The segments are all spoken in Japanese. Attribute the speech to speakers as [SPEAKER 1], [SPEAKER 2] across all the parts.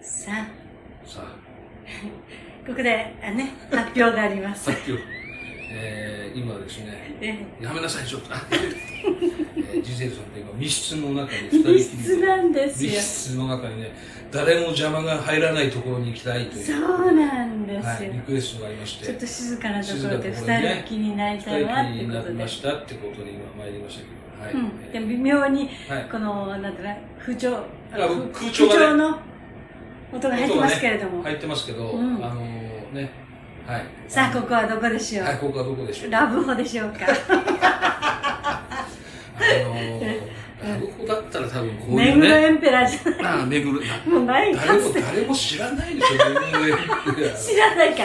[SPEAKER 1] さん、
[SPEAKER 2] さあ
[SPEAKER 1] ここであね、発表があります
[SPEAKER 2] さっ。きは、えー、今ですね
[SPEAKER 1] え
[SPEAKER 2] やめなさいちょっと、 えー、ジゼルさんと今密室の中に
[SPEAKER 1] え
[SPEAKER 2] 二人
[SPEAKER 1] 密
[SPEAKER 2] きり
[SPEAKER 1] 室なんですよ
[SPEAKER 2] 密。室の中にね誰も邪魔が入らないところに行きたいという
[SPEAKER 1] そうなんですよ。
[SPEAKER 2] はい、リクエストがありまして
[SPEAKER 1] ちょっと静かなところで
[SPEAKER 2] 静かなところでね
[SPEAKER 1] 二人きりになり
[SPEAKER 2] 二
[SPEAKER 1] たいわっ
[SPEAKER 2] 人き
[SPEAKER 1] て
[SPEAKER 2] りに
[SPEAKER 1] こ
[SPEAKER 2] な
[SPEAKER 1] と
[SPEAKER 2] り
[SPEAKER 1] で
[SPEAKER 2] ま。したってことで今参りましたけ
[SPEAKER 1] う
[SPEAKER 2] どは
[SPEAKER 1] ん、
[SPEAKER 2] い、
[SPEAKER 1] でも微妙に
[SPEAKER 2] はい
[SPEAKER 1] このなんていうの不調
[SPEAKER 2] あ
[SPEAKER 1] 不
[SPEAKER 2] 空調がね
[SPEAKER 1] 不の音が入ってますけれども、
[SPEAKER 2] 入ってますけど、
[SPEAKER 1] うん
[SPEAKER 2] あのーねはい
[SPEAKER 1] さあここはどこでしょう、
[SPEAKER 2] はいここはどこでしょう
[SPEAKER 1] ラブホでしょうか
[SPEAKER 2] あのーラブホだったら多分こうい
[SPEAKER 1] 目
[SPEAKER 2] う
[SPEAKER 1] 黒
[SPEAKER 2] ね
[SPEAKER 1] エンペラーじゃ
[SPEAKER 2] ああ目黒な
[SPEAKER 1] もうないか
[SPEAKER 2] 誰
[SPEAKER 1] つ
[SPEAKER 2] も
[SPEAKER 1] て
[SPEAKER 2] 誰も知らないでしょ目黒エンペラー
[SPEAKER 1] 知らないか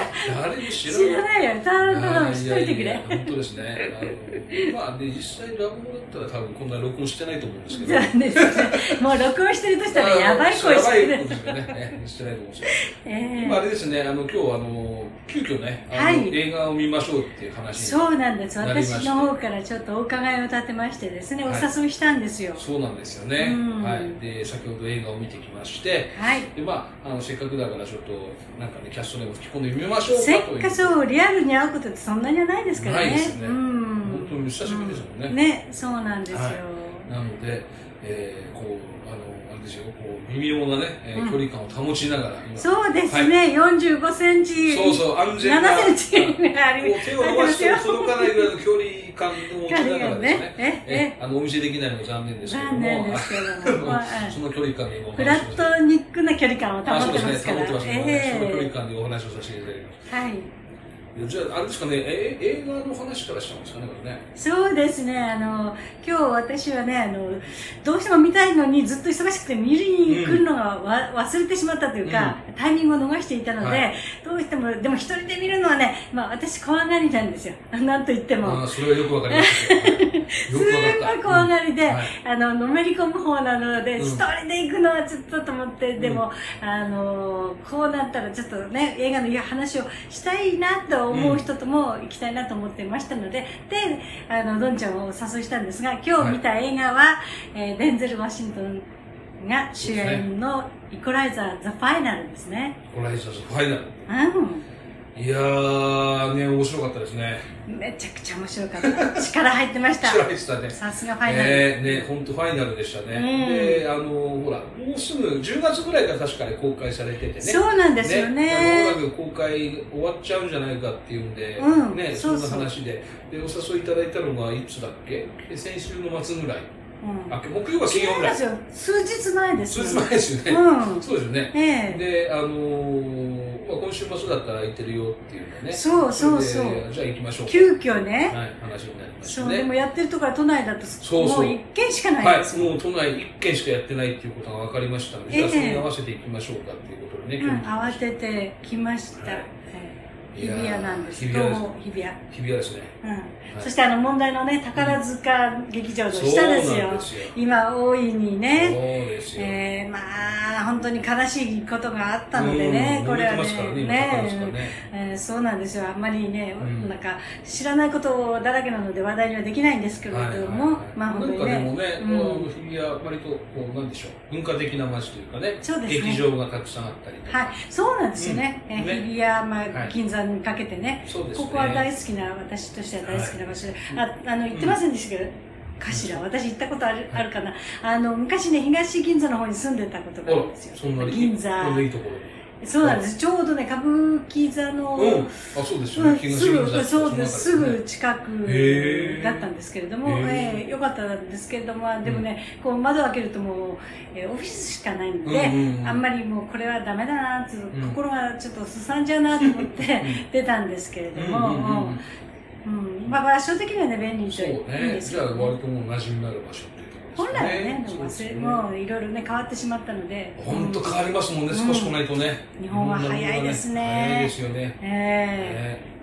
[SPEAKER 2] 誰も知らない
[SPEAKER 1] 知らないよターンドローしといてくれ
[SPEAKER 2] いやいやいや本当ですね。あのまあね実際ラブホだったら多分こんな録音してないと思うんですけ ど。
[SPEAKER 1] じゃあですねもう録音してるとしたらやばい声して
[SPEAKER 2] やばい
[SPEAKER 1] る
[SPEAKER 2] 声してるね。ね してないと思うんですけど。
[SPEAKER 1] え
[SPEAKER 2] 今あ
[SPEAKER 1] え
[SPEAKER 2] れですね、あの今日あの急遽ね、あの
[SPEAKER 1] はい
[SPEAKER 2] 映画を見ましょうっていう話に
[SPEAKER 1] そうなんです
[SPEAKER 2] なりました
[SPEAKER 1] 私の方からちょっとお伺いを立てましてですねお
[SPEAKER 2] はい
[SPEAKER 1] 誘いしたんですよ
[SPEAKER 2] そうなんですよね
[SPEAKER 1] うん。
[SPEAKER 2] はい。で先ほど映画を見てきまして、
[SPEAKER 1] はい
[SPEAKER 2] でまああのせっかくだからちょっとなんかねキャストでも吹き込んでみましょうかと
[SPEAKER 1] せ
[SPEAKER 2] いう。
[SPEAKER 1] っかそうリアルに会うことってそんなにはないですからね
[SPEAKER 2] ないですね
[SPEAKER 1] うん
[SPEAKER 2] 本当に久しぶりですもんね
[SPEAKER 1] うねそうなんですよ、
[SPEAKER 2] はなので、えー、こうあのあれですよ、こう微妙なね、えー
[SPEAKER 1] うん
[SPEAKER 2] 距離感を保ちながら今。
[SPEAKER 1] そうですね、45センチ
[SPEAKER 2] そうそう、安全な。
[SPEAKER 1] 7センチがあり
[SPEAKER 2] こう手を伸ばして
[SPEAKER 1] あり
[SPEAKER 2] も
[SPEAKER 1] ます
[SPEAKER 2] 届かないぐらいの距離感を持ちながらですね。
[SPEAKER 1] ねえ
[SPEAKER 2] えあのお見せできないのも残念ですけど
[SPEAKER 1] 残
[SPEAKER 2] も、
[SPEAKER 1] 念 ですけども、まあ
[SPEAKER 2] あのその距離感で今お
[SPEAKER 1] フ
[SPEAKER 2] 話
[SPEAKER 1] ラッ
[SPEAKER 2] をさせて。
[SPEAKER 1] トニックな距離感を
[SPEAKER 2] あ、そ
[SPEAKER 1] 保
[SPEAKER 2] う
[SPEAKER 1] って
[SPEAKER 2] で
[SPEAKER 1] ます
[SPEAKER 2] すね、
[SPEAKER 1] から
[SPEAKER 2] 保ってますね、その距離感でお話をさせていただきま
[SPEAKER 1] はい
[SPEAKER 2] す。じゃあ、あれですかね、え映画の話からしたんですかね、これね。
[SPEAKER 1] そうですねあの今日私はねあのどうしても見たいのにずっと忙しくて見に来るのがわ、忘れてしまったというか、タイミングを逃していたので、
[SPEAKER 2] は
[SPEAKER 1] どうしてもでも一人で見るのはね、まあ、私怖がりなんですよなんと言っても
[SPEAKER 2] あーそれはよくわかりました。 はい
[SPEAKER 1] す
[SPEAKER 2] よ
[SPEAKER 1] ん
[SPEAKER 2] く
[SPEAKER 1] ご
[SPEAKER 2] わかっ
[SPEAKER 1] い
[SPEAKER 2] た。
[SPEAKER 1] 怖がりで、
[SPEAKER 2] うんはい
[SPEAKER 1] あののめり込む方なので、
[SPEAKER 2] うん
[SPEAKER 1] 一人で行くのはちょっとと思って、でも、あのこうなったらちょっとね映画の話をしたいなと思う人とも行きたいなと思ってましたので、であのどんちゃんをお誘いしたんですが今日見た映画は、えーデンゼル・ワシントンが主演の「イコライザー・ザ・ファイナル」ですね。
[SPEAKER 2] コライザーズファイナル。
[SPEAKER 1] う
[SPEAKER 2] いやー、ね、面白かったですね。
[SPEAKER 1] ん、めちゃくちゃ面白かった 力入ってました
[SPEAKER 2] 辛いでしたね。
[SPEAKER 1] さすがファイナル、
[SPEAKER 2] ねね、本当ファイナルでしたね。
[SPEAKER 1] うん
[SPEAKER 2] で、あのほら、もうすぐ10月ぐらいから確かに公開されててね。
[SPEAKER 1] そうなんですよ
[SPEAKER 2] ね
[SPEAKER 1] ね
[SPEAKER 2] あのほら公開終わっちゃうんじゃないかっていうんで、
[SPEAKER 1] うん
[SPEAKER 2] ね、
[SPEAKER 1] そ
[SPEAKER 2] そう
[SPEAKER 1] そうん
[SPEAKER 2] な話で。で、お誘いいただいたのがいつだっけで先週の末ぐらい。
[SPEAKER 1] うん
[SPEAKER 2] あ、木曜か金曜
[SPEAKER 1] そう
[SPEAKER 2] ぐ
[SPEAKER 1] で
[SPEAKER 2] らい。
[SPEAKER 1] すよ。数日前です
[SPEAKER 2] 数
[SPEAKER 1] よ。
[SPEAKER 2] 日前ですよね。
[SPEAKER 1] うん。
[SPEAKER 2] そうですよね。
[SPEAKER 1] ええ。
[SPEAKER 2] で、あのまあ、今週末だったら空いてるよっていうのね。
[SPEAKER 1] そうそう
[SPEAKER 2] れ
[SPEAKER 1] そう。
[SPEAKER 2] でじゃあ行きましょうか。
[SPEAKER 1] 急遽ね。
[SPEAKER 2] はい、話になりまし
[SPEAKER 1] そ
[SPEAKER 2] た
[SPEAKER 1] う、
[SPEAKER 2] ね。
[SPEAKER 1] でもやってるところは都内だと、
[SPEAKER 2] そうそう
[SPEAKER 1] もう一軒しかないです。
[SPEAKER 2] はい、もう都内1軒しかやってないっていうことが分かりましたの
[SPEAKER 1] ええ
[SPEAKER 2] で、じゃあそれに合わせていきましょうかっていうことでね、
[SPEAKER 1] うん、
[SPEAKER 2] 今日
[SPEAKER 1] 慌てて来ました。
[SPEAKER 2] はい
[SPEAKER 1] はい日
[SPEAKER 2] いやー
[SPEAKER 1] 比谷なんです。
[SPEAKER 2] 日比
[SPEAKER 1] どう
[SPEAKER 2] 谷
[SPEAKER 1] も日比谷。
[SPEAKER 2] 日比谷ですね。
[SPEAKER 1] うん。
[SPEAKER 2] はい
[SPEAKER 1] そしてあの問題のね、宝塚劇場の
[SPEAKER 2] そう
[SPEAKER 1] 下
[SPEAKER 2] な
[SPEAKER 1] で
[SPEAKER 2] ん
[SPEAKER 1] すよ。
[SPEAKER 2] ですよ。
[SPEAKER 1] 今、大いに
[SPEAKER 2] そう
[SPEAKER 1] ね、
[SPEAKER 2] ですよ。
[SPEAKER 1] えー、まあ、本当に悲しいことがあったのでね
[SPEAKER 2] う、ん
[SPEAKER 1] これは
[SPEAKER 2] 揉めてますからね、
[SPEAKER 1] ね、
[SPEAKER 2] 今宝塚ね。
[SPEAKER 1] えーそうなんですよあんまりね、
[SPEAKER 2] うん
[SPEAKER 1] なんか知らないことだらけなので話題にはできないんですけれども、まあ
[SPEAKER 2] な
[SPEAKER 1] 本
[SPEAKER 2] ん
[SPEAKER 1] 当
[SPEAKER 2] か
[SPEAKER 1] に
[SPEAKER 2] でも
[SPEAKER 1] ね
[SPEAKER 2] ね、
[SPEAKER 1] う
[SPEAKER 2] あ
[SPEAKER 1] ん
[SPEAKER 2] の日比谷、割とこう、なんでしょう、文化的な街というかね、
[SPEAKER 1] そうですね
[SPEAKER 2] 劇場がたくさんあったりとか、
[SPEAKER 1] はいそうなんですよね,、
[SPEAKER 2] うん
[SPEAKER 1] えー
[SPEAKER 2] ね
[SPEAKER 1] 日比谷、ま
[SPEAKER 2] は
[SPEAKER 1] あ、
[SPEAKER 2] い
[SPEAKER 1] 銀座にかけてね、
[SPEAKER 2] そうですね。
[SPEAKER 1] ここは大
[SPEAKER 2] 好
[SPEAKER 1] 好きな私としては大好きな場所で、
[SPEAKER 2] は
[SPEAKER 1] ああの行ってませんでしたけど、かしら私行ったことある,、あるかなあの昔ね東銀座の方に住んでたことがあるんですよ
[SPEAKER 2] そんなに
[SPEAKER 1] 銀座
[SPEAKER 2] こんないいところに。
[SPEAKER 1] そうなんですちょうどね歌舞伎座の、
[SPEAKER 2] うん、あ、そうですよ
[SPEAKER 1] うん
[SPEAKER 2] ね、
[SPEAKER 1] すぐそうですす
[SPEAKER 2] の中
[SPEAKER 1] ぐ
[SPEAKER 2] ね
[SPEAKER 1] 近く
[SPEAKER 2] へー
[SPEAKER 1] だったんですけれども、
[SPEAKER 2] へー
[SPEAKER 1] えーよかったんですけれどもでもね、こう窓を開けるともう、えーオフィスしかないので、
[SPEAKER 2] うんうんうん
[SPEAKER 1] あんまりもうこれはダメだなって、
[SPEAKER 2] ん
[SPEAKER 1] 心がちょっとすさんじゃうなと思って 出たんですけれど
[SPEAKER 2] うん
[SPEAKER 1] も、
[SPEAKER 2] うんうんうん
[SPEAKER 1] うんまあ、場所的にはね便利
[SPEAKER 2] そ
[SPEAKER 1] と
[SPEAKER 2] う
[SPEAKER 1] いいん
[SPEAKER 2] ね、
[SPEAKER 1] です
[SPEAKER 2] じ
[SPEAKER 1] け
[SPEAKER 2] ゃあ
[SPEAKER 1] ど、
[SPEAKER 2] 割ともう馴染みのある場所っていうとこ
[SPEAKER 1] 本来
[SPEAKER 2] ろです
[SPEAKER 1] は
[SPEAKER 2] か
[SPEAKER 1] ね
[SPEAKER 2] ね。
[SPEAKER 1] でも
[SPEAKER 2] そう
[SPEAKER 1] 忘
[SPEAKER 2] で
[SPEAKER 1] れ
[SPEAKER 2] すね
[SPEAKER 1] もういろいろね変わってしまったので
[SPEAKER 2] 本当変わりますもんね、
[SPEAKER 1] うん
[SPEAKER 2] 少し来ないとね。
[SPEAKER 1] 日本は早いですね
[SPEAKER 2] 早いですよね。
[SPEAKER 1] うんえ
[SPEAKER 2] ね
[SPEAKER 1] ー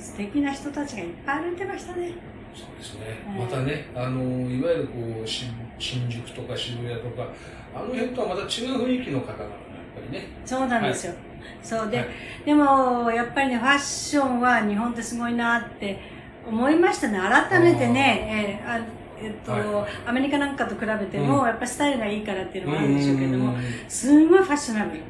[SPEAKER 1] 素敵な人たちがいっぱい歩いてましたね。
[SPEAKER 2] そうですね
[SPEAKER 1] うん。
[SPEAKER 2] またね、あのいわゆるこう新新宿とか渋谷とか、あの辺とはまた違う雰囲気の方々がやっぱりね。
[SPEAKER 1] そうなんですよ。そうで、
[SPEAKER 2] はい
[SPEAKER 1] でもやっぱりねファッションは日本ってすごいなって思いましたね。改めてね、えーあえっと、
[SPEAKER 2] はい
[SPEAKER 1] アメリカなんかと比べても、やっぱスタイルがいいからっていうのもあるんでしょうけども、
[SPEAKER 2] うん
[SPEAKER 1] すごいファッショナブル。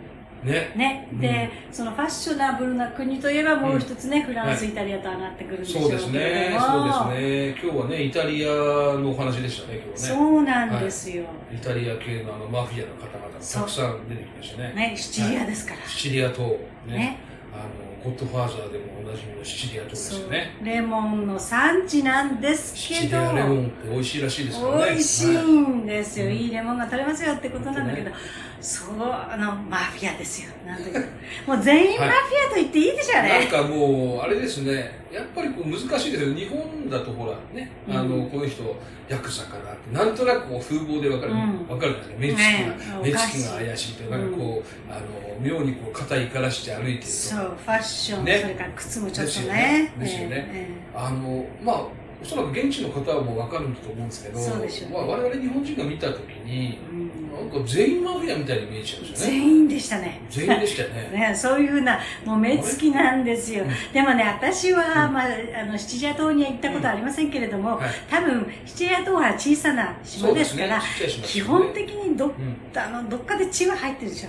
[SPEAKER 2] ね。
[SPEAKER 1] ね、で、そのファッショナブルな国といえばもう一つね、フランス、イタリアと上がってくるんでしょ
[SPEAKER 2] そうう
[SPEAKER 1] け
[SPEAKER 2] で
[SPEAKER 1] れど
[SPEAKER 2] す
[SPEAKER 1] も
[SPEAKER 2] ね。そうですね。今日はね、イタリアのお話でしたね、今日はね。
[SPEAKER 1] そうなんですよ、
[SPEAKER 2] イタリア系のあのマフィアの方々がたく
[SPEAKER 1] そう
[SPEAKER 2] さん出てきましたね。
[SPEAKER 1] ねシチリアですから、
[SPEAKER 2] シチリア島、ね。
[SPEAKER 1] ね
[SPEAKER 2] あの、ゴッドファーザーでもおなじみのシチリア島です
[SPEAKER 1] そ
[SPEAKER 2] よ
[SPEAKER 1] う
[SPEAKER 2] ね。
[SPEAKER 1] レモンの産地なんです
[SPEAKER 2] シ
[SPEAKER 1] け
[SPEAKER 2] チリ
[SPEAKER 1] ど
[SPEAKER 2] アレモンって美味しいらしいですからね。
[SPEAKER 1] 美味しい
[SPEAKER 2] は
[SPEAKER 1] んですよ、、
[SPEAKER 2] はいい
[SPEAKER 1] いレモンが取れますよってことなんだけど、
[SPEAKER 2] 本
[SPEAKER 1] そうあのマフィアですよなんだけどもう全員マフィアと言っていいでしょうね、
[SPEAKER 2] なんかもう、あれですね、やっぱりこう難しいですよ、日本だとほらね、
[SPEAKER 1] うん
[SPEAKER 2] あのこの人、ヤクザかなって、なんとなくこう風貌でわかる、
[SPEAKER 1] う
[SPEAKER 2] わ
[SPEAKER 1] ん
[SPEAKER 2] かるじゃないです
[SPEAKER 1] ね
[SPEAKER 2] か、
[SPEAKER 1] お
[SPEAKER 2] 目つきが、目
[SPEAKER 1] か
[SPEAKER 2] つ
[SPEAKER 1] しい
[SPEAKER 2] きが怪しいという、なんかこう、あの妙にこう肩いからして歩いてる
[SPEAKER 1] そう
[SPEAKER 2] と、
[SPEAKER 1] ファッション、
[SPEAKER 2] ね
[SPEAKER 1] それから靴もちょっとね
[SPEAKER 2] ですよねですよね
[SPEAKER 1] ええ
[SPEAKER 2] あのまあ、おそらく現地の方はもうわかるんだと思うんですけど、
[SPEAKER 1] そうでしょうね
[SPEAKER 2] まあ、我々日本人が見たときに
[SPEAKER 1] え、えうん
[SPEAKER 2] なんか全員マフィアみたいに見えちゃうんですよね、
[SPEAKER 1] 全員でしたね
[SPEAKER 2] 全員でしたよね。
[SPEAKER 1] ね、そういうふうなもう目つきなんですよ
[SPEAKER 2] う
[SPEAKER 1] でもね私は、
[SPEAKER 2] うん
[SPEAKER 1] まあ、あの七夜島には行ったことはありませんけれども、
[SPEAKER 2] はい
[SPEAKER 1] 多分七夜島は小さな島ですから、
[SPEAKER 2] そうですねちっちゃい島です
[SPEAKER 1] 基本
[SPEAKER 2] ね
[SPEAKER 1] 的にど
[SPEAKER 2] うん
[SPEAKER 1] あのどっかで血は入ってるでしょ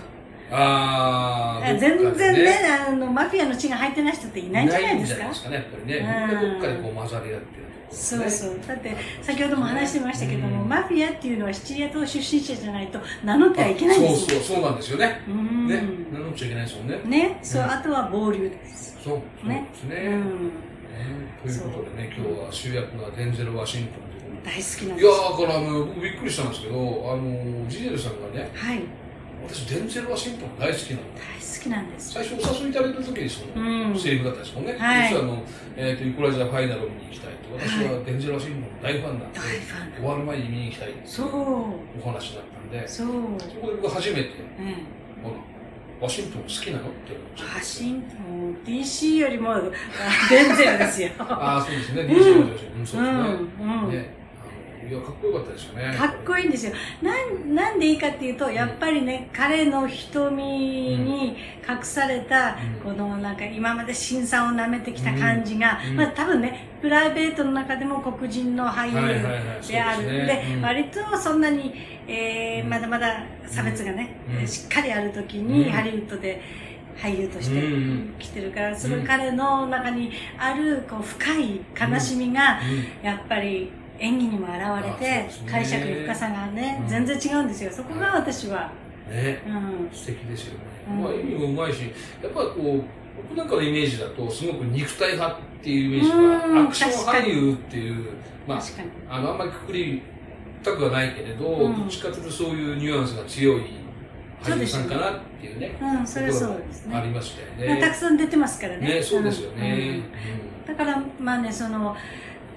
[SPEAKER 2] あー
[SPEAKER 1] 全
[SPEAKER 2] どっかで
[SPEAKER 1] 然ねあのマフィアの血が入ってない人っていないんじゃないですか
[SPEAKER 2] んじゃないですかね、やっぱりね。
[SPEAKER 1] うん
[SPEAKER 2] どっかでこう混ざり合ってるところ
[SPEAKER 1] そう
[SPEAKER 2] ね
[SPEAKER 1] そうだって先ほども話してましたけども、
[SPEAKER 2] うん
[SPEAKER 1] マフィアっていうのはシチリア島出身者じゃないと名乗ってはいけないんですよ
[SPEAKER 2] そうそう、そうなんですよね。
[SPEAKER 1] うん
[SPEAKER 2] ね、名乗っちゃいけないですもんね。
[SPEAKER 1] ねそう、
[SPEAKER 2] うん
[SPEAKER 1] あとは暴流です、
[SPEAKER 2] そう、そう
[SPEAKER 1] ね
[SPEAKER 2] ですね。
[SPEAKER 1] うん、
[SPEAKER 2] ねということでね、今日は主役がデンゼル・ワシントンということで
[SPEAKER 1] 大好きなんで
[SPEAKER 2] い
[SPEAKER 1] す
[SPEAKER 2] や
[SPEAKER 1] よ
[SPEAKER 2] ー、これあの、僕びっくりしたんですけど、あの、ジゼルさんがね、
[SPEAKER 1] はい
[SPEAKER 2] 私、デンゼル・ワシントン大好きなの。
[SPEAKER 1] 大好きなんです
[SPEAKER 2] 最初お誘いいただいた時にその、
[SPEAKER 1] うん
[SPEAKER 2] セリフだったんですもんね。
[SPEAKER 1] はい
[SPEAKER 2] 実はあの、えっ、と、イコライザーファイナルを見に行きたいと。私はデンゼル・ワシントンの大ファンなんで、
[SPEAKER 1] 大ファン
[SPEAKER 2] 終わる前に見に行きたいって
[SPEAKER 1] そう
[SPEAKER 2] お話だったんで、
[SPEAKER 1] そう、
[SPEAKER 2] そこで僕初めて、
[SPEAKER 1] うん、
[SPEAKER 2] あらワシントン好きなのって思っちゃ
[SPEAKER 1] ワ
[SPEAKER 2] う。
[SPEAKER 1] シントン DC よりもあデンゼルですよ
[SPEAKER 2] ああ、そうですね。
[SPEAKER 1] ん
[SPEAKER 2] DC の女子。うん、そううんです
[SPEAKER 1] うん、
[SPEAKER 2] ね。ねあのいや、かっこよかったですよね。
[SPEAKER 1] かっこいいんですよなんなんでいいかっていうとやっぱりね彼の瞳に隠された
[SPEAKER 2] う
[SPEAKER 1] こ
[SPEAKER 2] ん
[SPEAKER 1] のなんか今まで辛酸をなめてきた感じが、
[SPEAKER 2] うん
[SPEAKER 1] まあ、多分ねプライベートの中でも黒人の俳
[SPEAKER 2] はいはい
[SPEAKER 1] 優
[SPEAKER 2] はい。そう
[SPEAKER 1] である、
[SPEAKER 2] すね
[SPEAKER 1] で、
[SPEAKER 2] うん
[SPEAKER 1] 割とそんなに、えー
[SPEAKER 2] うん
[SPEAKER 1] まだまだ差別がね、
[SPEAKER 2] うん
[SPEAKER 1] しっかりある時に、
[SPEAKER 2] うん
[SPEAKER 1] ハリウッドで俳優として
[SPEAKER 2] うんうん
[SPEAKER 1] 来てるから、その
[SPEAKER 2] うん
[SPEAKER 1] 彼の中にあるこう深い悲しみが、
[SPEAKER 2] うん
[SPEAKER 1] やっぱり演技にも現れて
[SPEAKER 2] あそうですね
[SPEAKER 1] 解釈の深さがね、
[SPEAKER 2] うん
[SPEAKER 1] 全然違うんですよそこが私は、
[SPEAKER 2] ね、
[SPEAKER 1] うん、
[SPEAKER 2] 素敵ですよね。
[SPEAKER 1] うん
[SPEAKER 2] まあ、意味もうまいし、やっぱこう、僕なんかのイメージだと、すごく肉体派っていうイメージ
[SPEAKER 1] う
[SPEAKER 2] が、
[SPEAKER 1] ん
[SPEAKER 2] アクション俳優っていう、まあ、
[SPEAKER 1] 確かに
[SPEAKER 2] あの、あんまりくくりたくはないけれど、
[SPEAKER 1] うん
[SPEAKER 2] どっちかというとそういうニュアンスが強い俳優さんかなっていうね、
[SPEAKER 1] うんそれはそうです
[SPEAKER 2] あり
[SPEAKER 1] ね、
[SPEAKER 2] ましたよ
[SPEAKER 1] まあたく
[SPEAKER 2] ね。
[SPEAKER 1] さん出てますからね
[SPEAKER 2] ね、そうですよ
[SPEAKER 1] うん
[SPEAKER 2] ね。
[SPEAKER 1] だからまあねその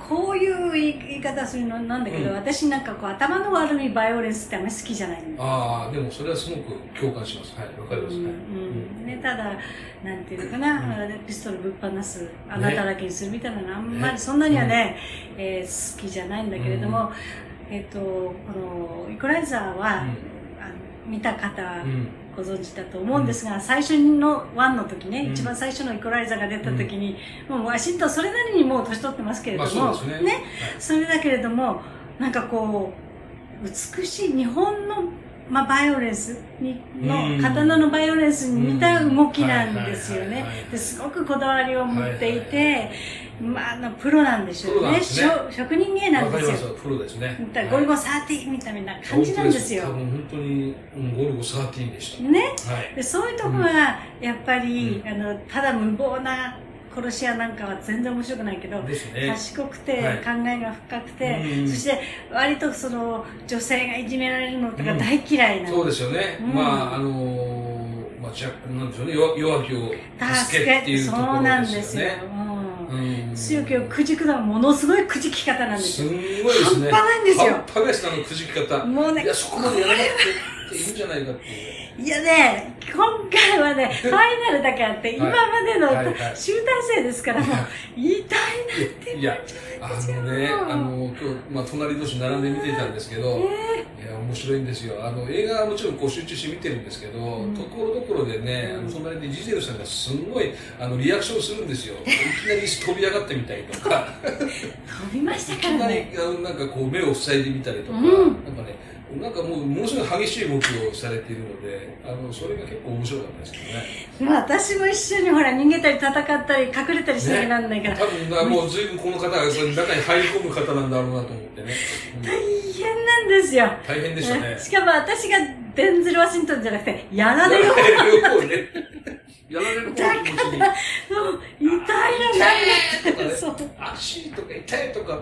[SPEAKER 1] こういう言い言い方するのなんだけど、
[SPEAKER 2] うん
[SPEAKER 1] 私なんかこう頭の悪いバイオレンスってあんまり好きじゃないの
[SPEAKER 2] うんああ、でもそれはすごく共感します。はい、わかります。はい
[SPEAKER 1] うんね、ただ、なんていうのかな、ピストルぶっ放す、穴だらけにするみたいなの、あんまり
[SPEAKER 2] ね
[SPEAKER 1] そんなにはね、えー好きじゃないんだけれども、えっ、と、このイコライザーは、あの見た方
[SPEAKER 2] うん。うん。
[SPEAKER 1] ご存知だと思うんですが、最初のワンの時ね、
[SPEAKER 2] うん
[SPEAKER 1] 一番最初のイコライザーが出た時に、もうワシントンそれなりにもう年取ってますけれど
[SPEAKER 2] ま
[SPEAKER 1] も、
[SPEAKER 2] あそうですね。
[SPEAKER 1] ねそれだけれどもなんかこう美しい日本の、まあ、バイオレンスに
[SPEAKER 2] う
[SPEAKER 1] の
[SPEAKER 2] ん
[SPEAKER 1] 刀のバイオレンスに似た動きなんですよ
[SPEAKER 2] うんはい
[SPEAKER 1] ね
[SPEAKER 2] はいはいはい
[SPEAKER 1] ですごくこだわりを持ってい
[SPEAKER 2] はい
[SPEAKER 1] て、まあ、あのプロなんでしょう
[SPEAKER 2] プロなん
[SPEAKER 1] ね
[SPEAKER 2] ですね
[SPEAKER 1] しょ職人芸
[SPEAKER 2] はい
[SPEAKER 1] な
[SPEAKER 2] わ
[SPEAKER 1] ん
[SPEAKER 2] か
[SPEAKER 1] で
[SPEAKER 2] り
[SPEAKER 1] す
[SPEAKER 2] ま
[SPEAKER 1] よ
[SPEAKER 2] す。プロですね。
[SPEAKER 1] だからゴルゴ13みたいな
[SPEAKER 2] はい
[SPEAKER 1] 感じなんですよ、
[SPEAKER 2] 多分本当に、うんゴルゴ13でし
[SPEAKER 1] ね
[SPEAKER 2] た。はい。
[SPEAKER 1] でそういうとこはやっぱり、
[SPEAKER 2] うん
[SPEAKER 1] あのただ無謀な殺し屋なんかは全然面白くないけど、
[SPEAKER 2] ですね。
[SPEAKER 1] 賢くて、
[SPEAKER 2] はい
[SPEAKER 1] 考えが深くて、
[SPEAKER 2] うん
[SPEAKER 1] そして割とその女性がいじめられるのとか
[SPEAKER 2] うん
[SPEAKER 1] 大嫌いなの、
[SPEAKER 2] そうですよね。
[SPEAKER 1] うん
[SPEAKER 2] まあ、あのー、まあ、若干なんでしょうね。弱弱気を助けっていうとこ
[SPEAKER 1] そうな
[SPEAKER 2] ろ
[SPEAKER 1] ん
[SPEAKER 2] で
[SPEAKER 1] ですす
[SPEAKER 2] よ
[SPEAKER 1] よ、
[SPEAKER 2] ね。うん
[SPEAKER 1] 強気をくじくのはものすごいくじき方なんです
[SPEAKER 2] す
[SPEAKER 1] よ
[SPEAKER 2] んごいですね。
[SPEAKER 1] 半端ないんですよ
[SPEAKER 2] 半端ないですあのくじき方。
[SPEAKER 1] もうね
[SPEAKER 2] いや、そこまでやらなくていいんじゃないかっていう。
[SPEAKER 1] いやね今回は ねファイナルだけあって、今までの、
[SPEAKER 2] はいはい
[SPEAKER 1] 集大成ですからもう言いたい なって
[SPEAKER 2] いや、あ
[SPEAKER 1] 違う
[SPEAKER 2] のね、あの、今日、まあ、隣同士並んで見てたんですけど、いや、面白いんですよ。あの、映画はもちろんこう集中して見てるんですけど、
[SPEAKER 1] ん
[SPEAKER 2] ところどころでね、あの隣でジゼルさんがすんごい、あの、リアクションするんですよ。いきなり飛び上がってみたり とか。
[SPEAKER 1] 飛びました
[SPEAKER 2] いき
[SPEAKER 1] から
[SPEAKER 2] なり
[SPEAKER 1] ね
[SPEAKER 2] あのなんかこう目を塞いでみたりとか、
[SPEAKER 1] うん
[SPEAKER 2] なんかねなんかもう、ものすごい激しい動きをされているので、あの、それが結構面白かったですけどね。
[SPEAKER 1] まあ私も一緒にほら逃げたり戦ったり隠れたりしなきゃなんないから、
[SPEAKER 2] 多分な、もう随分この方がその中に入り込む方なんだろうなと思ってね。うん
[SPEAKER 1] 大変なんですよ、
[SPEAKER 2] 大変でしたね
[SPEAKER 1] ね。しかも私がデンゼル・ワシントンじゃなくてやら
[SPEAKER 2] や
[SPEAKER 1] れ
[SPEAKER 2] ら
[SPEAKER 1] よも
[SPEAKER 2] れる方ね。やられる方の気持ちに。
[SPEAKER 1] う痛いの
[SPEAKER 2] 痛い
[SPEAKER 1] 何
[SPEAKER 2] とかね
[SPEAKER 1] そう
[SPEAKER 2] 足とか痛いとか、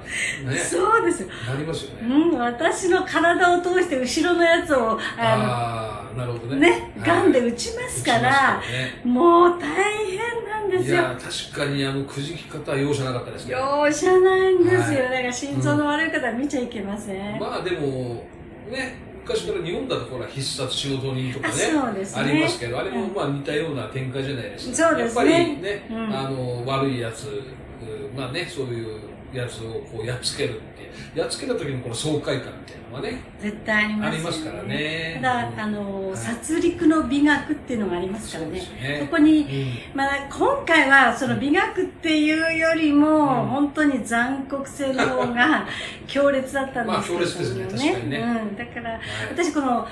[SPEAKER 2] ね、
[SPEAKER 1] そうですよ、
[SPEAKER 2] なりますよ
[SPEAKER 1] う
[SPEAKER 2] ね。
[SPEAKER 1] ん、私の体を通して後ろのやつをあ
[SPEAKER 2] ああ、なるほど
[SPEAKER 1] の
[SPEAKER 2] ね。
[SPEAKER 1] ねガンで撃ちま
[SPEAKER 2] 打
[SPEAKER 1] す
[SPEAKER 2] ち
[SPEAKER 1] か
[SPEAKER 2] ます
[SPEAKER 1] ら
[SPEAKER 2] よね
[SPEAKER 1] もう大変なんで
[SPEAKER 2] い
[SPEAKER 1] すよ
[SPEAKER 2] やー確かにあのくじき方は容赦なかったですね
[SPEAKER 1] 容赦ないんですよ、
[SPEAKER 2] はい
[SPEAKER 1] だから心臓の悪い方は見ちゃいけません、
[SPEAKER 2] まあでもね昔から日本だとほら必殺仕事人とか
[SPEAKER 1] あ
[SPEAKER 2] ね
[SPEAKER 1] そうですね
[SPEAKER 2] ありますけどあれも
[SPEAKER 1] うん
[SPEAKER 2] まあ似たような展開じゃないですか
[SPEAKER 1] そうですね
[SPEAKER 2] やっぱりね、
[SPEAKER 1] うん
[SPEAKER 2] あの悪いやつうんまあねそういうやつをこうやっつけるってやっつけた時のこの爽快感みたいなのはね
[SPEAKER 1] 絶対あり
[SPEAKER 2] あ
[SPEAKER 1] ますよ
[SPEAKER 2] りますからね
[SPEAKER 1] ただ、
[SPEAKER 2] うん
[SPEAKER 1] あの、
[SPEAKER 2] はい
[SPEAKER 1] 殺戮の美学っていうのがありますからね
[SPEAKER 2] そうですね
[SPEAKER 1] そこに
[SPEAKER 2] う
[SPEAKER 1] まあ、今回はその美学っていうよりも、
[SPEAKER 2] うん
[SPEAKER 1] 本当に残酷性の方 が強烈だったんですけど
[SPEAKER 2] まあ強烈ですね確かにね
[SPEAKER 1] うん、だから
[SPEAKER 2] ん
[SPEAKER 1] 私この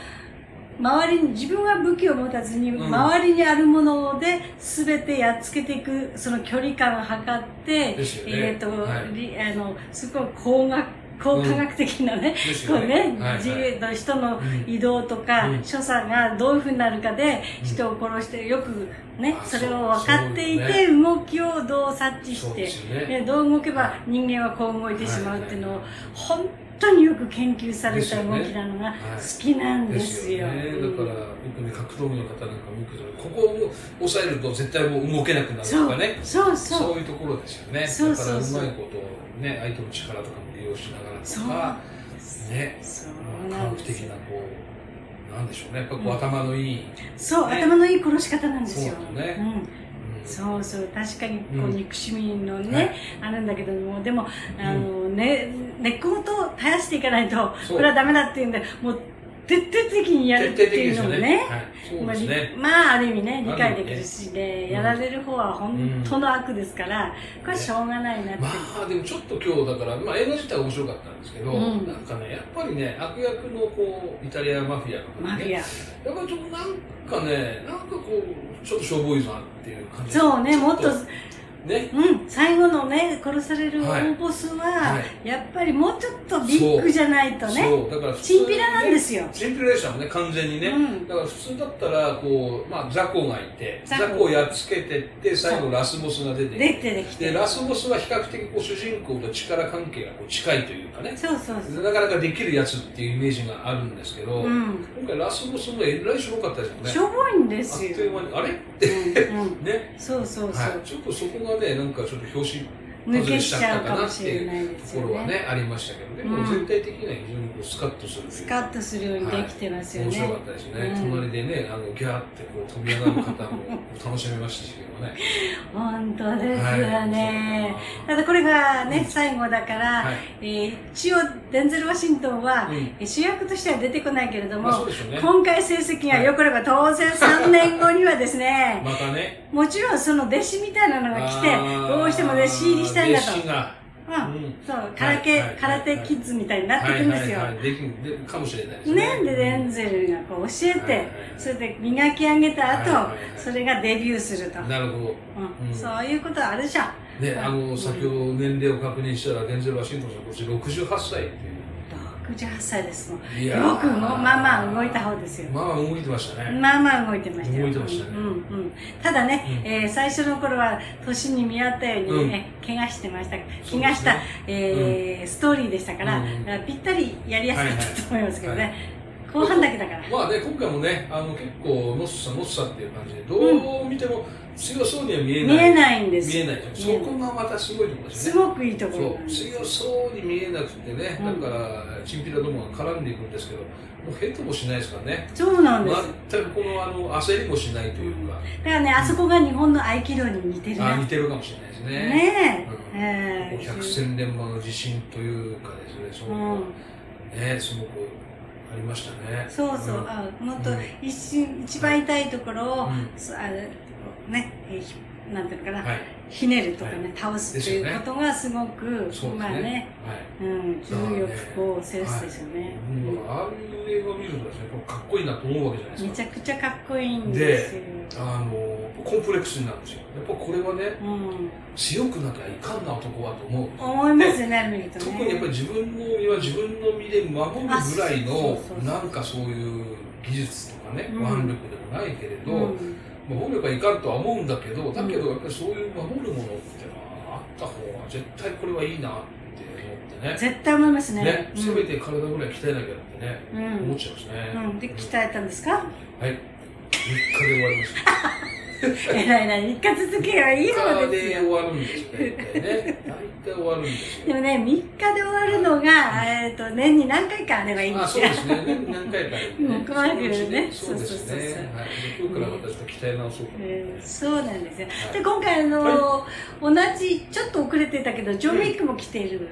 [SPEAKER 1] 周りに自分は武器を持たずに、
[SPEAKER 2] うん
[SPEAKER 1] 周りにあるもので全てやっつけていくその距離感を測って、
[SPEAKER 2] ですよね
[SPEAKER 1] えっ、と、
[SPEAKER 2] はい
[SPEAKER 1] りあのすごい工学高科学的なね、
[SPEAKER 2] です
[SPEAKER 1] こ
[SPEAKER 2] よ
[SPEAKER 1] う
[SPEAKER 2] ね
[SPEAKER 1] ね、
[SPEAKER 2] はいはい
[SPEAKER 1] 自由の人の
[SPEAKER 2] うん
[SPEAKER 1] 移動とか、
[SPEAKER 2] うん
[SPEAKER 1] 所作がどういうふうになるかで
[SPEAKER 2] うん
[SPEAKER 1] 人を殺してよくね、
[SPEAKER 2] あ
[SPEAKER 1] それを
[SPEAKER 2] そう
[SPEAKER 1] 分かってい
[SPEAKER 2] そうで
[SPEAKER 1] て、動きをどう察知
[SPEAKER 2] そ
[SPEAKER 1] し
[SPEAKER 2] う
[SPEAKER 1] て、
[SPEAKER 2] ですよね
[SPEAKER 1] ねどう動けば人間はこう動いてしまうっていうのを
[SPEAKER 2] は
[SPEAKER 1] 本当によく研究された動きなのが
[SPEAKER 2] い
[SPEAKER 1] 好きなん
[SPEAKER 2] で
[SPEAKER 1] ですす
[SPEAKER 2] よ
[SPEAKER 1] よ。
[SPEAKER 2] ね、だからよくね格闘技の方なんかもよくそれここを押さえると絶対もう動けなくなるとかね
[SPEAKER 1] そう
[SPEAKER 2] そう
[SPEAKER 1] そう
[SPEAKER 2] いうところですよね
[SPEAKER 1] そうそうそう
[SPEAKER 2] だからうまいことね相手の力とかも利用しながらと
[SPEAKER 1] そう
[SPEAKER 2] か
[SPEAKER 1] そう。
[SPEAKER 2] ね
[SPEAKER 1] そう
[SPEAKER 2] 科
[SPEAKER 1] なん
[SPEAKER 2] 学
[SPEAKER 1] で
[SPEAKER 2] 的
[SPEAKER 1] すよ
[SPEAKER 2] なこうなんでしょうねやっぱこう、
[SPEAKER 1] うん
[SPEAKER 2] 頭のいい、
[SPEAKER 1] そう、
[SPEAKER 2] ね
[SPEAKER 1] 頭のいい殺し方なんですよ。
[SPEAKER 2] そうだね
[SPEAKER 1] うん
[SPEAKER 2] うん
[SPEAKER 1] そうそう確かにこ
[SPEAKER 2] う
[SPEAKER 1] うん憎しみの
[SPEAKER 2] は
[SPEAKER 1] ね
[SPEAKER 2] い、
[SPEAKER 1] あるんだけどもでも
[SPEAKER 2] うん
[SPEAKER 1] あの、ね、根っこごと絶やしていかないと
[SPEAKER 2] そう
[SPEAKER 1] これはダメだっていうんでもう徹底的にやるっていうのもね
[SPEAKER 2] 徹底的ですよねはい、そうですね
[SPEAKER 1] まあまあある意味ね理解できるしで、
[SPEAKER 2] うん
[SPEAKER 1] やられる方は本当の悪ですから、これはしょうがないなって、
[SPEAKER 2] まあでもちょっと今日だから、まあ、映画自体は面白かったんですけど、
[SPEAKER 1] うん
[SPEAKER 2] なんかねやっぱりね悪役のこうイタリアマフィアの、ね、
[SPEAKER 1] マフィア
[SPEAKER 2] やっぱりちょっとなんかね、なんかこう、ちょっとしょぼいなっていう感じ
[SPEAKER 1] そうねもっと
[SPEAKER 2] ちょね、
[SPEAKER 1] うん最後のね殺される大ボスは、
[SPEAKER 2] はい
[SPEAKER 1] やっぱりもうちょっとビッグじゃないとね
[SPEAKER 2] そう、だから普通に
[SPEAKER 1] チンピラなんですよ、
[SPEAKER 2] チンピラでしたもんね、完全にね。
[SPEAKER 1] うん
[SPEAKER 2] だから普通だったら、こう、まあ、雑魚がいて、
[SPEAKER 1] 雑
[SPEAKER 2] 雑
[SPEAKER 1] 魚
[SPEAKER 2] 魚をやっつけてって、最後ラスボスが出てき
[SPEAKER 1] 出
[SPEAKER 2] て。
[SPEAKER 1] てきて
[SPEAKER 2] で、ラスボスは比較的こう主人公と力関係がこう近いというかね、
[SPEAKER 1] そうそうそう
[SPEAKER 2] なかなかできるやつっていうイメージがあるんですけど、
[SPEAKER 1] うん
[SPEAKER 2] 今回ラスボスもえらいしょぼかったですよね。
[SPEAKER 1] しょぼいんで
[SPEAKER 2] あっ
[SPEAKER 1] す
[SPEAKER 2] と
[SPEAKER 1] よ。
[SPEAKER 2] いう間に、あれ
[SPEAKER 1] うんうん
[SPEAKER 2] ね、
[SPEAKER 1] そうそうそう、
[SPEAKER 2] はい、ちょっとそこがね、なんかちょっと表紙
[SPEAKER 1] 抜けしちゃうかもしれないです
[SPEAKER 2] とこ
[SPEAKER 1] よ
[SPEAKER 2] ろは
[SPEAKER 1] ね。
[SPEAKER 2] ね、ありましたけど、でも
[SPEAKER 1] うん
[SPEAKER 2] 全体的には非常にこうスカッとするとい
[SPEAKER 1] ス
[SPEAKER 2] う
[SPEAKER 1] カ
[SPEAKER 2] か
[SPEAKER 1] ッとするようにできてますよ
[SPEAKER 2] 面
[SPEAKER 1] ね。
[SPEAKER 2] 白かったですね、
[SPEAKER 1] うん
[SPEAKER 2] 隣でね、あのギャーってこう飛び上がる方も楽しめましたしけどね。
[SPEAKER 1] 本当です
[SPEAKER 2] は
[SPEAKER 1] よ
[SPEAKER 2] い
[SPEAKER 1] ね。ただこれがね、最後だから、
[SPEAKER 2] はい
[SPEAKER 1] えー一応デンゼル・ワシントンは、
[SPEAKER 2] うん
[SPEAKER 1] えー主役としては出てこないけれども、
[SPEAKER 2] まあそうでしょうね。
[SPEAKER 1] 今回成績が良ければ当 然3年後にはですね、
[SPEAKER 2] またね、
[SPEAKER 1] もちろんその弟子みたいなのが来て
[SPEAKER 2] あ、ー
[SPEAKER 1] どうしても弟子入りしたいんだと。
[SPEAKER 2] 弟子が、
[SPEAKER 1] うん
[SPEAKER 2] うん
[SPEAKER 1] そう、空手、
[SPEAKER 2] はいはい
[SPEAKER 1] 空手キッズみたいになってくんですよ。
[SPEAKER 2] はいはいはい、できるでかもしれないですね。
[SPEAKER 1] ね、でデンゼルがこう教えて、
[SPEAKER 2] はいはいはい
[SPEAKER 1] それで磨き上げた後、
[SPEAKER 2] はいはいはい
[SPEAKER 1] それがデビューすると、
[SPEAKER 2] なるほど。
[SPEAKER 1] うん
[SPEAKER 2] うん
[SPEAKER 1] そういうことあるじゃん
[SPEAKER 2] ね、あの、先ほど年齢を確認したら、デンゼル・ワシントンさん、こっち68歳っていう。
[SPEAKER 1] 68歳ですもん
[SPEAKER 2] いやー
[SPEAKER 1] よくもまあまあ動いた方ですよ
[SPEAKER 2] まあ、動いてましたね。
[SPEAKER 1] まあまあ動いてましたよ
[SPEAKER 2] 動いてましたね
[SPEAKER 1] うんうん、ただね、
[SPEAKER 2] うん
[SPEAKER 1] えー最初の頃は年に見合ったようにね、怪我してました怪我した、
[SPEAKER 2] そうですね
[SPEAKER 1] えーストーリーでしたから、
[SPEAKER 2] うん
[SPEAKER 1] だからぴったりやりやすかったと思いますけどね、
[SPEAKER 2] はい
[SPEAKER 1] 後半だけだから、
[SPEAKER 2] まあね、今回もね、あの結構、のっさのっさっていう感じで、どう見ても強そうには見えない。
[SPEAKER 1] 見えないんです
[SPEAKER 2] 見えないじゃん。そこがまたすごいところです
[SPEAKER 1] す
[SPEAKER 2] よね。
[SPEAKER 1] ごくいいところなんです
[SPEAKER 2] そう強そうに見えなくてね、
[SPEAKER 1] うん
[SPEAKER 2] だから、チンピラどもが絡んでいくんですけど、もうヘッドもしないですからね。
[SPEAKER 1] そうなんです、
[SPEAKER 2] 全くこのあの焦りもしないというか、
[SPEAKER 1] だからね、あそこが日本の合気道に似てる
[SPEAKER 2] あ
[SPEAKER 1] な。
[SPEAKER 2] 似
[SPEAKER 1] ね
[SPEAKER 2] てるかもしれないです
[SPEAKER 1] え。
[SPEAKER 2] ね。うん
[SPEAKER 1] え
[SPEAKER 2] こう百戦錬磨の自信というかですね、そうういうの
[SPEAKER 1] ん
[SPEAKER 2] が、ね、すごくありましたね。
[SPEAKER 1] そうそう、
[SPEAKER 2] ん
[SPEAKER 1] あもっと
[SPEAKER 2] うん
[SPEAKER 1] 一瞬一番痛いところを、
[SPEAKER 2] うん
[SPEAKER 1] そあのね、えーひなんていうのかな、
[SPEAKER 2] はい。
[SPEAKER 1] ひねるとかね、
[SPEAKER 2] は
[SPEAKER 1] 倒すっていうことがすごく、
[SPEAKER 2] そうで
[SPEAKER 1] ますあね
[SPEAKER 2] ね。、はい。
[SPEAKER 1] うん、重力を制すですよね。
[SPEAKER 2] うん、ああいう映画を見るとですね、やっぱかっこいいなと思うわけじゃないです
[SPEAKER 1] め
[SPEAKER 2] か。
[SPEAKER 1] ちゃくちゃかっこいいんですよ。
[SPEAKER 2] あのコンプレックスになるんですよやっぱこれはね
[SPEAKER 1] うん、
[SPEAKER 2] 強くなきゃいかんな男はと思う
[SPEAKER 1] 思いますよね、見るとね。
[SPEAKER 2] 特にやっぱり自分の身は自分の身で守るぐらい
[SPEAKER 1] あそう
[SPEAKER 2] の
[SPEAKER 1] そうそう
[SPEAKER 2] なんかそういう技術とかね、
[SPEAKER 1] うん
[SPEAKER 2] 腕力でもないけれど、
[SPEAKER 1] うん
[SPEAKER 2] まあ暴力はいかんとは思うんだけどだけどやっぱりそういう守るものってのはあった方が絶対これはいいなって思ってね
[SPEAKER 1] 絶対思いますね。
[SPEAKER 2] ね、
[SPEAKER 1] うん
[SPEAKER 2] せめて体ぐらい鍛えなきゃってね、
[SPEAKER 1] う
[SPEAKER 2] 思
[SPEAKER 1] ん。
[SPEAKER 2] っちゃいますね、
[SPEAKER 1] うん、で、鍛えたんですか
[SPEAKER 2] はい3日で終わりました
[SPEAKER 1] えらいな、3日続けばいい方です
[SPEAKER 2] で
[SPEAKER 1] よ
[SPEAKER 2] 終。わるんですよね。大体ね。大体終わるんです
[SPEAKER 1] で
[SPEAKER 2] よ。
[SPEAKER 1] もね、3日で終わるのが、えっと、年に何回かあればいいんで
[SPEAKER 2] あ、
[SPEAKER 1] す
[SPEAKER 2] そう
[SPEAKER 1] よ
[SPEAKER 2] で。すね。年何回かね。
[SPEAKER 1] うん熊谷君ね
[SPEAKER 2] そ
[SPEAKER 1] そう
[SPEAKER 2] うです
[SPEAKER 1] そうそうそ
[SPEAKER 2] ね。はい。で今日からまたちょっと鍛え直そうかな。
[SPEAKER 1] うんそうなんですよ。
[SPEAKER 2] はい
[SPEAKER 1] で、今回、あの、同じ、ちょっと遅れてたけど、ジョン・ウィックも来ている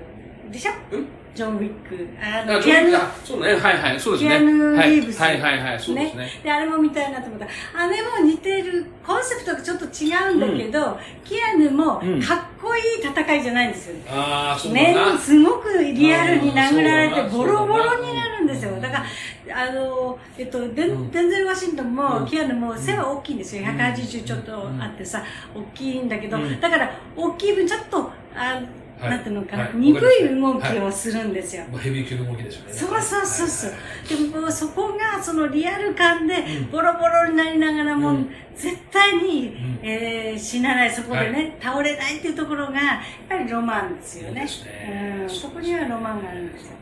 [SPEAKER 1] でしょ
[SPEAKER 2] うん
[SPEAKER 1] ジョン・ウィック。あ
[SPEAKER 2] あ
[SPEAKER 1] の、
[SPEAKER 2] ち
[SPEAKER 1] ギ
[SPEAKER 2] ょっ
[SPEAKER 1] ャ
[SPEAKER 2] と
[SPEAKER 1] ン
[SPEAKER 2] あそうね。はいはい。そうですね。
[SPEAKER 1] キアヌリーブス
[SPEAKER 2] はいはいはいはい。そうですね。
[SPEAKER 1] で、あれも見たいなと思った。あれも似てる、コンセプトがちょっと違うんだけど、キアヌもかっ
[SPEAKER 2] うん
[SPEAKER 1] こいい戦いじゃないんですよね。
[SPEAKER 2] ああ、そうだ
[SPEAKER 1] ね
[SPEAKER 2] な。、
[SPEAKER 1] すごくリアルに殴られ
[SPEAKER 2] う
[SPEAKER 1] て
[SPEAKER 2] ん
[SPEAKER 1] ボロボロになるんですよ。だか、
[SPEAKER 2] そ
[SPEAKER 1] ら、あの、えっと、デ
[SPEAKER 2] うん
[SPEAKER 1] ンデンゼル・ワシントン
[SPEAKER 2] うん
[SPEAKER 1] もキアヌも背は大きいんですよ。
[SPEAKER 2] うん
[SPEAKER 1] 180ちょっとあってさ、大きいんだけど
[SPEAKER 2] う、ん
[SPEAKER 1] だから、大きい分ちょっと、あ
[SPEAKER 2] うだな
[SPEAKER 1] なんていうのか
[SPEAKER 2] は
[SPEAKER 1] な、
[SPEAKER 2] は
[SPEAKER 1] 鈍
[SPEAKER 2] わかり
[SPEAKER 1] い
[SPEAKER 2] ま
[SPEAKER 1] 動
[SPEAKER 2] した
[SPEAKER 1] き
[SPEAKER 2] は
[SPEAKER 1] をするんですよ
[SPEAKER 2] い。まあヘビー級の動きでしょうね。
[SPEAKER 1] そうそうそうそう
[SPEAKER 2] はいはいはい
[SPEAKER 1] でも、そこが、そのリアル感で
[SPEAKER 2] うん、
[SPEAKER 1] ボロボロになりながらも、
[SPEAKER 2] うん
[SPEAKER 1] 絶対に、
[SPEAKER 2] うん
[SPEAKER 1] えー死なない、そこでね、
[SPEAKER 2] は
[SPEAKER 1] 倒れないっていうところが、やっぱりロマンですよ
[SPEAKER 2] いい
[SPEAKER 1] ね。
[SPEAKER 2] ですね
[SPEAKER 1] うんそこにはロマンがあるんですよ。うん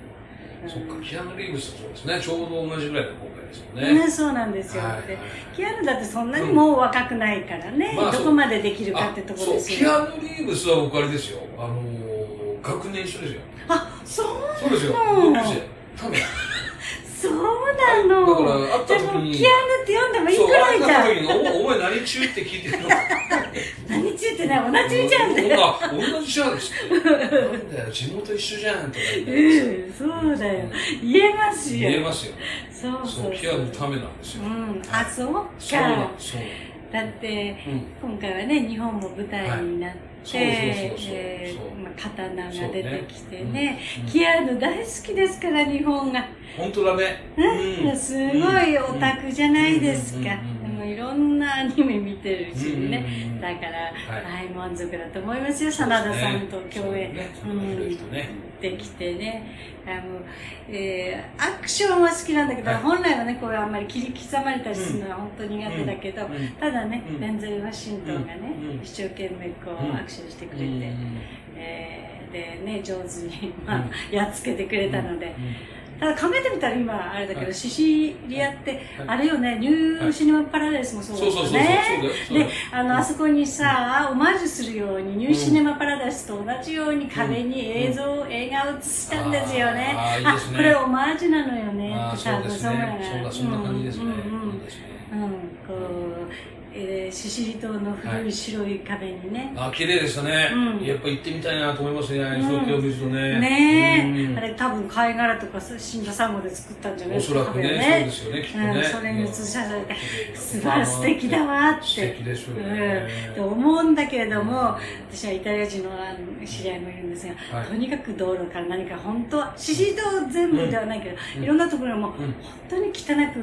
[SPEAKER 2] そっか、キアヌ・リーブスとそうですね。ちょうど同じぐらいの公開ですもんね。
[SPEAKER 1] ね、そうなんですよ。
[SPEAKER 2] はいはい
[SPEAKER 1] でキアヌだってそんなにもう若くないからね、
[SPEAKER 2] まあそう
[SPEAKER 1] どこまでできるかってところで
[SPEAKER 2] あそう
[SPEAKER 1] す
[SPEAKER 2] キ
[SPEAKER 1] よね。
[SPEAKER 2] アヌ・リーブスは僕あれですよあのー、学年一緒ですよ
[SPEAKER 1] あ、そう、
[SPEAKER 2] そうですよ
[SPEAKER 1] うん
[SPEAKER 2] 同級生多分
[SPEAKER 1] そうなの。
[SPEAKER 2] だから会った
[SPEAKER 1] で
[SPEAKER 2] 時
[SPEAKER 1] も、キアヌ
[SPEAKER 2] に
[SPEAKER 1] って読んでもいいくらいじゃん
[SPEAKER 2] そう。会った時にお「お前何中?」って聞いてるの
[SPEAKER 1] 何ついてない、 同じじゃんって。
[SPEAKER 2] あ同じじゃん」っつって「なんだよ地元一緒じゃん」とか言って、
[SPEAKER 1] うん、そうだよ。言えます
[SPEAKER 2] 見
[SPEAKER 1] よ。
[SPEAKER 2] えますよ
[SPEAKER 1] そうそう
[SPEAKER 2] そうキアヌのためなんです
[SPEAKER 1] う
[SPEAKER 2] よ、
[SPEAKER 1] ん、あ、そう
[SPEAKER 2] そうな
[SPEAKER 1] か
[SPEAKER 2] の。そうなの
[SPEAKER 1] だって、
[SPEAKER 2] うん
[SPEAKER 1] 今回はね、日本も舞台になって、
[SPEAKER 2] そうそうそうそう
[SPEAKER 1] で
[SPEAKER 2] そう
[SPEAKER 1] まあ、刀が出てきてね。
[SPEAKER 2] うん
[SPEAKER 1] キアヌ大好きですから、日本が。
[SPEAKER 2] 本当だね
[SPEAKER 1] ね、 すごいオタクじゃないですか。で
[SPEAKER 2] うん
[SPEAKER 1] もいろんなアニメ見てるしね。
[SPEAKER 2] うん
[SPEAKER 1] だから、
[SPEAKER 2] はい
[SPEAKER 1] 大満足だと思いますよ、真田さんと共演。
[SPEAKER 2] そうねそうねそうね
[SPEAKER 1] できてねあの、えーアクションは好きなんだけど、
[SPEAKER 2] はい
[SPEAKER 1] 本来はねこうあんまり切り刻まれたりするのは本当苦手だけど、
[SPEAKER 2] うんうん
[SPEAKER 1] ただね、
[SPEAKER 2] うん
[SPEAKER 1] デンゼル・ワシントンがね、
[SPEAKER 2] うん
[SPEAKER 1] 一生懸命こ
[SPEAKER 2] うん
[SPEAKER 1] うアクションしてくれて、
[SPEAKER 2] うん
[SPEAKER 1] えーでね上手に、まあ
[SPEAKER 2] うん
[SPEAKER 1] やっつけてくれたので、
[SPEAKER 2] うん
[SPEAKER 1] ただ考えてみたら今あれだけど、
[SPEAKER 2] はい
[SPEAKER 1] シシリアって、
[SPEAKER 2] はい
[SPEAKER 1] あれよねニューシネマ・パラダイスもそう
[SPEAKER 2] そうそうそうそうそう
[SPEAKER 1] だ
[SPEAKER 2] だ
[SPEAKER 1] ね
[SPEAKER 2] よ。そうだ
[SPEAKER 1] で
[SPEAKER 2] よ
[SPEAKER 1] あのあそこにさオマージュするようにニューシネマ・パラダイスと同じように壁に映像、映画を映したんですよね
[SPEAKER 2] あーいいですね
[SPEAKER 1] これオマージュなのよねっ
[SPEAKER 2] あー
[SPEAKER 1] てさ
[SPEAKER 2] そうですね。そうだ、そんな感じですね。
[SPEAKER 1] うんうん
[SPEAKER 2] いいですね
[SPEAKER 1] うんうんうんこう、えーシシリ島の古い白い壁にね、
[SPEAKER 2] あー、綺麗でしたね
[SPEAKER 1] う。ん
[SPEAKER 2] やっぱ行ってみたいなと思いますね。ああいう
[SPEAKER 1] うん
[SPEAKER 2] 風景を見るとね。
[SPEAKER 1] ねえ、
[SPEAKER 2] うん
[SPEAKER 1] あれ多分貝殻とか死んだサンゴで作ったんじゃない
[SPEAKER 2] おそらく
[SPEAKER 1] 壁を
[SPEAKER 2] ね、そうですよね、きっとね。
[SPEAKER 1] うんそれに映し出されて
[SPEAKER 2] うん
[SPEAKER 1] すごい素敵だわって
[SPEAKER 2] 素敵でしょ
[SPEAKER 1] う
[SPEAKER 2] う
[SPEAKER 1] ん、
[SPEAKER 2] ね。
[SPEAKER 1] と思うんだけれども、
[SPEAKER 2] うん
[SPEAKER 1] 私はイタリア人のあの知り合いもいるんですが、
[SPEAKER 2] はい
[SPEAKER 1] とにかく道路から何か本当はシシリ島全部ではないけど、
[SPEAKER 2] うん
[SPEAKER 1] いろんなところも
[SPEAKER 2] う
[SPEAKER 1] 本
[SPEAKER 2] ん
[SPEAKER 1] 当に汚く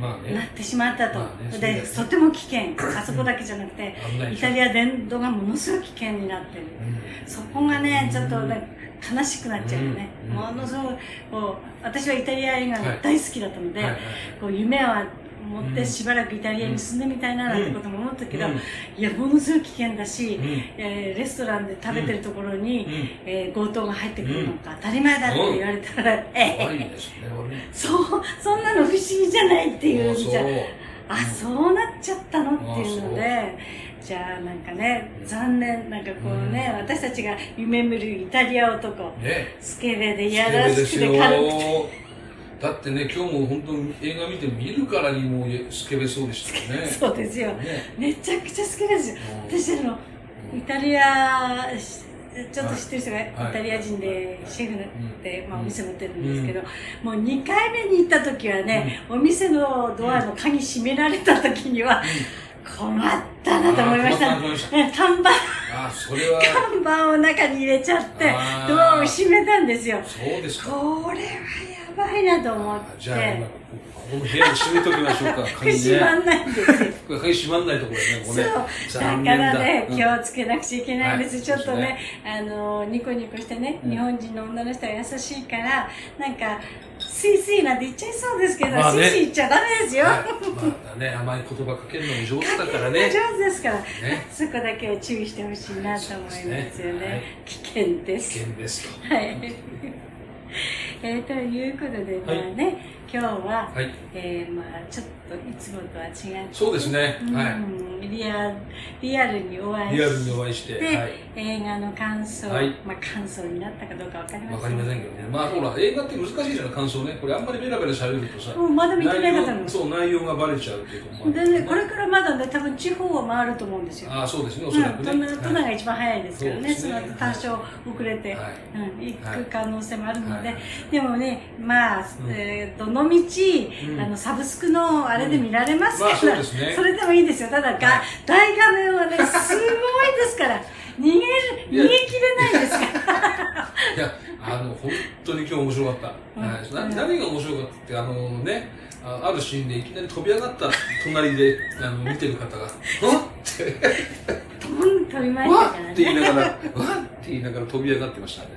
[SPEAKER 2] まあ
[SPEAKER 1] なっ
[SPEAKER 2] ね、
[SPEAKER 1] てしまったと、
[SPEAKER 2] まあねそうだよね
[SPEAKER 1] でとても危険 あそこだけじゃなくて
[SPEAKER 2] 危ない
[SPEAKER 1] イ
[SPEAKER 2] でしょ
[SPEAKER 1] タリア全土がものすごく危険になってる、
[SPEAKER 2] うん
[SPEAKER 1] そこがねちょっと
[SPEAKER 2] うん
[SPEAKER 1] ね悲しくなっちゃうよね、
[SPEAKER 2] うん
[SPEAKER 1] ものすごくこう私はイタリア映画が大好きだったので、
[SPEAKER 2] はいはい
[SPEAKER 1] こう夢は持っ
[SPEAKER 2] うん
[SPEAKER 1] てしばらくイタリアに住んでみたいななんてことも思ったけど、
[SPEAKER 2] うん
[SPEAKER 1] いやものすごく危険だし、
[SPEAKER 2] うん
[SPEAKER 1] えーレストランで食べてるところに、
[SPEAKER 2] うん
[SPEAKER 1] えー強盗が入ってくるのか当たり前だって言われたら、
[SPEAKER 2] 怖い
[SPEAKER 1] ええ
[SPEAKER 2] ですね、俺ね。
[SPEAKER 1] そうそんなの不思議じゃないっていうじゃ
[SPEAKER 2] あ
[SPEAKER 1] あそうなっちゃったのっていうの
[SPEAKER 2] あ
[SPEAKER 1] でじゃあなんかね残念なんかこうね、私たちが夢見るイタリア男
[SPEAKER 2] そう。ね。
[SPEAKER 1] スケベで
[SPEAKER 2] い
[SPEAKER 1] いやらしくて軽くて。
[SPEAKER 2] だってね、今日も本当に映画見て見るからにもうスケベそうでしたよね。
[SPEAKER 1] そうですよ
[SPEAKER 2] ね。
[SPEAKER 1] めちゃくちゃ好きですよ
[SPEAKER 2] うん
[SPEAKER 1] 私あのイタリアしちょっと知ってる人が
[SPEAKER 2] はい
[SPEAKER 1] イタリア人でシェフで、
[SPEAKER 2] うん
[SPEAKER 1] まあ、お店持ってるんですけど、もう2回目に行った時はね、お店のドアの鍵閉められた時には、困ったなと思いました。
[SPEAKER 2] あー困ったなと思いました
[SPEAKER 1] うん看板、
[SPEAKER 2] ああ、それは、
[SPEAKER 1] 看板を中に入れちゃって、
[SPEAKER 2] あ
[SPEAKER 1] ド
[SPEAKER 2] ー
[SPEAKER 1] アを閉めたんですよ。
[SPEAKER 2] そうですか。
[SPEAKER 1] これはやばいなと思っ
[SPEAKER 2] あじゃあ、今
[SPEAKER 1] て
[SPEAKER 2] こ、この部屋を閉めときましょうか。鍵
[SPEAKER 1] 閉ま
[SPEAKER 2] ね。
[SPEAKER 1] んないんですよ。
[SPEAKER 2] これ鍵閉まんないところだね、
[SPEAKER 1] そ
[SPEAKER 2] ここ
[SPEAKER 1] う、
[SPEAKER 2] ね
[SPEAKER 1] だか。
[SPEAKER 2] 残念
[SPEAKER 1] らね、
[SPEAKER 2] うん
[SPEAKER 1] 気をつけなくちゃいけないんです。
[SPEAKER 2] はい
[SPEAKER 1] ちょっと
[SPEAKER 2] そう
[SPEAKER 1] ね、あの、ニコニコしてね、
[SPEAKER 2] うん
[SPEAKER 1] 日本人の女の人は優しいから、なんか、スイスイなんて言っちゃいそうですけど、
[SPEAKER 2] まあね
[SPEAKER 1] スイスイ言っちゃダメですよ。
[SPEAKER 2] はいまあね、甘い言葉かけるのも上手だからね。
[SPEAKER 1] 上手ですから、
[SPEAKER 2] ね
[SPEAKER 1] そこだけは注意してほしいなと思いますよね。
[SPEAKER 2] そうですねはい
[SPEAKER 1] 危険です。
[SPEAKER 2] 危険ですと。
[SPEAKER 1] はい。 えーということで、まあね、今日は、
[SPEAKER 2] はい。
[SPEAKER 1] えーまあちょっといつもとは違って、
[SPEAKER 2] そうですね。
[SPEAKER 1] うん
[SPEAKER 2] は
[SPEAKER 1] リアリアルにお
[SPEAKER 2] い。
[SPEAKER 1] 会い
[SPEAKER 2] リアル
[SPEAKER 1] し
[SPEAKER 2] に
[SPEAKER 1] て、
[SPEAKER 2] お会いして。
[SPEAKER 1] で
[SPEAKER 2] はい。
[SPEAKER 1] 映画の感想、
[SPEAKER 2] はい
[SPEAKER 1] まあ感想になったかどうかわかりません
[SPEAKER 2] わかりませんけどね。まあほら、映画って難しいじゃない、感想ね。これあんまりベラベラしゃべるとさ、
[SPEAKER 1] もうまだ見てな
[SPEAKER 2] 内
[SPEAKER 1] かったの
[SPEAKER 2] 容そう内容がバレちゃうっていうとこもある
[SPEAKER 1] でね、これからまだね、多分地方を回ると思うんですよ。
[SPEAKER 2] ああ、そうですね、お
[SPEAKER 1] うん、
[SPEAKER 2] そらく
[SPEAKER 1] 都
[SPEAKER 2] ね。
[SPEAKER 1] 内都内が一番早いですからね、
[SPEAKER 2] そ
[SPEAKER 1] そうの
[SPEAKER 2] です
[SPEAKER 1] 後
[SPEAKER 2] ね
[SPEAKER 1] 多少遅れて、
[SPEAKER 2] はい
[SPEAKER 1] うん、行
[SPEAKER 2] はい
[SPEAKER 1] く可能性もあるので、
[SPEAKER 2] はいはい
[SPEAKER 1] でもね、まあ、
[SPEAKER 2] うん
[SPEAKER 1] えーどの道、あのサブスクのあれで見られますから、
[SPEAKER 2] うんまあそうですね
[SPEAKER 1] それでもいいですよ、ただが、
[SPEAKER 2] はい
[SPEAKER 1] 大画面 はね、すごいですから、逃げる逃
[SPEAKER 2] い
[SPEAKER 1] げ
[SPEAKER 2] や
[SPEAKER 1] 切れないですから。
[SPEAKER 2] いや、あの、本当に今日面白かった。
[SPEAKER 1] うん
[SPEAKER 2] はいな何が面白かったって、あのね、ああるシーンでいきなり飛び上がった隣であの見てる方 が、わっって、
[SPEAKER 1] 飛ん飛びました
[SPEAKER 2] わ
[SPEAKER 1] か
[SPEAKER 2] っ
[SPEAKER 1] ら
[SPEAKER 2] って言い
[SPEAKER 1] ね。
[SPEAKER 2] ながら、 わっって言いながら飛び上がってましたね。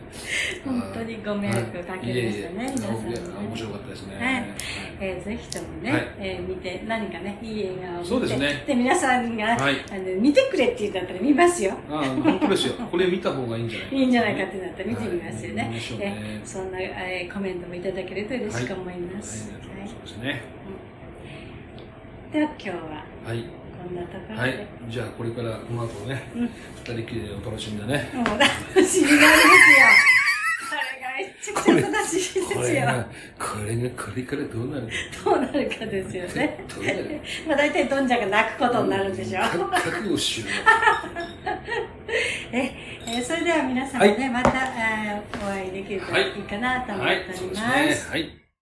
[SPEAKER 1] 本当にご迷惑をかけましたね、
[SPEAKER 2] はい
[SPEAKER 1] 皆さん
[SPEAKER 2] いえいえ
[SPEAKER 1] ね
[SPEAKER 2] 面白かったですね。
[SPEAKER 1] はいえーぜひともね、
[SPEAKER 2] はい
[SPEAKER 1] えー見て、何かね、いい映画を見て、
[SPEAKER 2] そうですね
[SPEAKER 1] で皆さんが、
[SPEAKER 2] はい
[SPEAKER 1] あの見てくれって言うんだったら見ますよ。
[SPEAKER 2] ああ本当ですよ。これ見た方がいいんじゃないか
[SPEAKER 1] いいんじゃないかってなったら見てみますよね。
[SPEAKER 2] はい見ましょうね
[SPEAKER 1] えそんな、えーコメントもいただけると嬉しく思います。
[SPEAKER 2] はい
[SPEAKER 1] はい
[SPEAKER 2] そうですね。
[SPEAKER 1] では今日は
[SPEAKER 2] はい。
[SPEAKER 1] こんなところで、
[SPEAKER 2] はい。じゃあ、これからこの後ね、
[SPEAKER 1] うん
[SPEAKER 2] 二人きりでお楽しみだね。
[SPEAKER 1] もう楽しみがありますよ。これがめっちゃくちゃ楽しいです
[SPEAKER 2] こ
[SPEAKER 1] よ。
[SPEAKER 2] れが、これがこれからどうなるか。
[SPEAKER 1] どうなるかですよね。
[SPEAKER 2] どうなる
[SPEAKER 1] まあ大体どんちゃんが泣くことになるんでしょう。
[SPEAKER 2] か覚悟しよ
[SPEAKER 1] ええーそれでは皆様ね、また、えーお会いできると
[SPEAKER 2] は
[SPEAKER 1] い
[SPEAKER 2] い
[SPEAKER 1] いかなと
[SPEAKER 2] う。
[SPEAKER 1] 思っ
[SPEAKER 2] はい
[SPEAKER 1] て、お
[SPEAKER 2] そう
[SPEAKER 1] り
[SPEAKER 2] で
[SPEAKER 1] ますす。
[SPEAKER 2] ね。はい。